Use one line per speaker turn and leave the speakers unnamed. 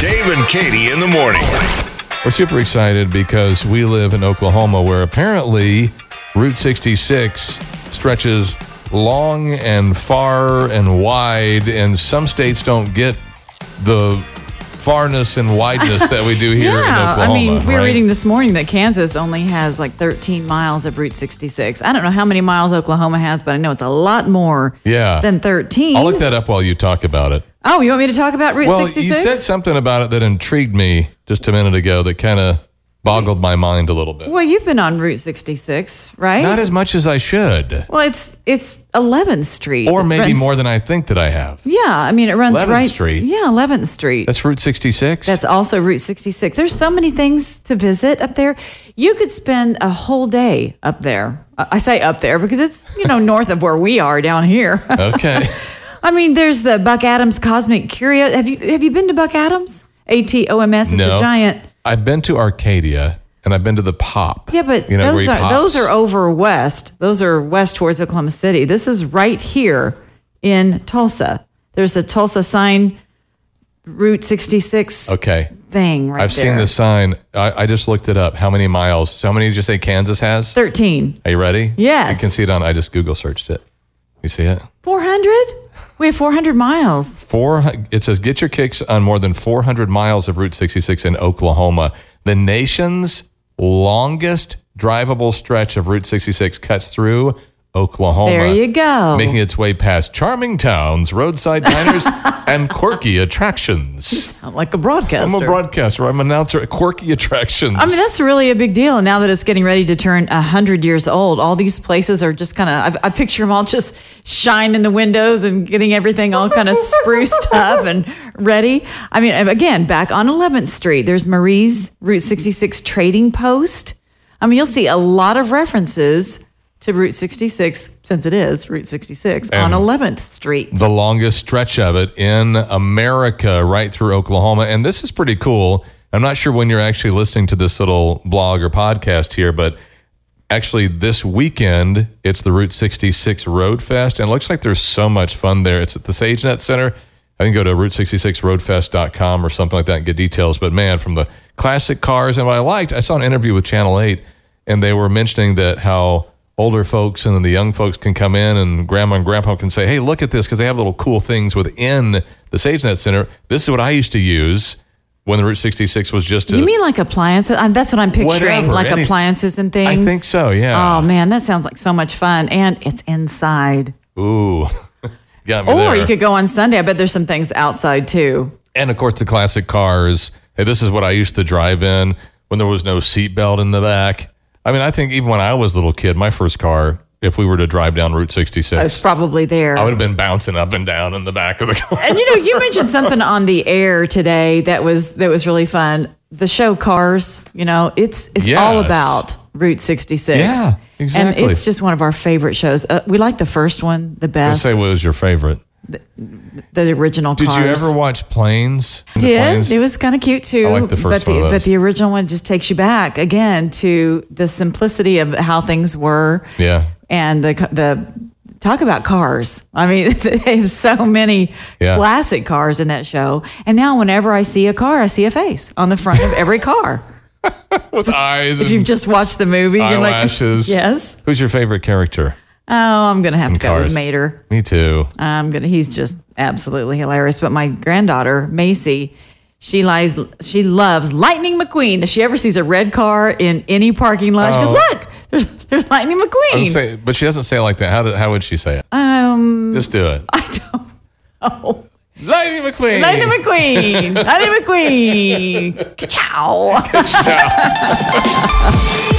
Dave and Katie in the morning.
We're super excited because we live in Oklahoma where apparently Route 66 stretches long and far and wide, and some states don't get the farness and wideness that we do here in
yeah,
Oklahoma.
I mean, we were
right?
reading this morning that Kansas only has like 13 miles of Route 66. I don't know how many miles Oklahoma has, but I know it's a lot more
Yeah.
than 13.
I'll look that up while you talk about it.
oh, you want me to talk about Route
Well,
66?
you said something about it that intrigued me just a minute ago that kind of boggled my mind a little bit.
well, you've been on Route 66, right?
Not as much as I should,
well, it's it's 11th Street.
or
It
maybe
runs-
more than I think that I have.
Yeah, I mean, it runs
11th
right.
Street.
Yeah, 11th Street.
That's Route 66.
That's also Route 66. There's so many things to visit up there. You could spend a whole day up there. I I say up there because it's, you know, north of where we are down here.
okay.
I mean, there's the Buck Adams Cosmic Curio. Have you have you been to Buck Adams? A T O M S is
no.
the giant.
I've been to Arcadia and I've been to the Pop.
Yeah, but
you know,
those
where
are
he
those
pops.
are over west. Those are west towards Oklahoma City. This is right here in Tulsa. There's the Tulsa sign Route 66
Okay.
thing right
I've seen
there.
this sign. I, I just looked it up. How many miles? So how many did you say Kansas has?
13.
Are you ready?
Yes.
You can see it on. I just Google searched it. You see it?
400? We have 400 miles.
Four. It says get your kicks on more than 400 miles of Route 66 in Oklahoma. The nation's longest drivable stretch of Route 66 cuts through Oklahoma.
There you go.
Making its way past charming towns, roadside diners, and quirky attractions.
Sound like a broadcaster.
I'm a broadcaster. I'm an announcer at quirky attractions.
I mean, that's really a big deal. And now that it's getting ready to turn 100 years old, all these places are just kind of, I, I picture them all just shining the windows and getting everything all kind of spruced up and ready. I mean, again, back on 11th Street, there's Marie's Route 66 Trading Post. I mean, you'll see a lot of references to Route 66, since it is Route 66,
And
on 11th Street.
the longest stretch of it in America, right through Oklahoma. And this is pretty cool. I'm not sure when you're actually listening to this little blog or podcast here, but actually this weekend it's the Route 66 Road Fest, and it looks like there's so much fun there. It's at the SageNet Center. I can go to route66roadfest.com or something like that and get details. But man, from the classic cars and what I liked, I saw an interview with Channel 8 and they were mentioning that how older folks and then the young folks can come in and grandma and grandpa can say, "Hey, look at this" because they have little cool things within the SageNet Center. This is what I used to use when the Route 66 was just a
You mean like appliances? Um, that's what I'm picturing,
Whatever,
like
any-
appliances and things.
I think so, yeah.
Oh man, that sounds like so much fun, and it's inside.
ooh. Got me
or
there.
you could go on Sunday. I bet there's some things outside too.
and of course the classic cars. Hey, this is what I used to drive in when there was no seatbelt in the back. I mean, I think even when I was a little kid, my first car, if we were to drive down Route
It's
66,
probably there.
I would have been bouncing up and down in the back of the car.
and you know, you mentioned something on the air today that was that was really fun. The show Cars. You know, it's it's all
Yes.
about Route 66.
Yeah, exactly.
And it's just one of our favorite shows. Uh, we like the first one the best.
Say, what was your favorite?
the original.
Did you
Cars.
ever watch Planes? The
did.
Planes?
It was kind of cute too.
I like the first
but the,
one of
But
those.
the original one just takes you back again to the simplicity of how things were
Yeah.
and the the talk about cars. I mean, they have so many
Yeah.
classic cars in that show. And now, whenever I see a car, I see a face on the front of every car.
With eyes
If you've
and
just watched the movie,
eyelashes.
you're like, yes.
Who's your favorite character?
Oh, I'm gonna have to go
Cars.
with Mater.
Me too.
I'm gonna. He's just absolutely hilarious. But my granddaughter Macy, she lies. She loves Lightning McQueen. If she ever sees a red car in any parking lot, she
Oh.
goes, "Look, there's, there's Lightning
I was
McQueen."
say, but she doesn't say it like that. How, did, how would she say it?
um,
Just do it.
I don't know.
Lady McQueen.
Lightning McQueen. Lightning McQueen. Ciao.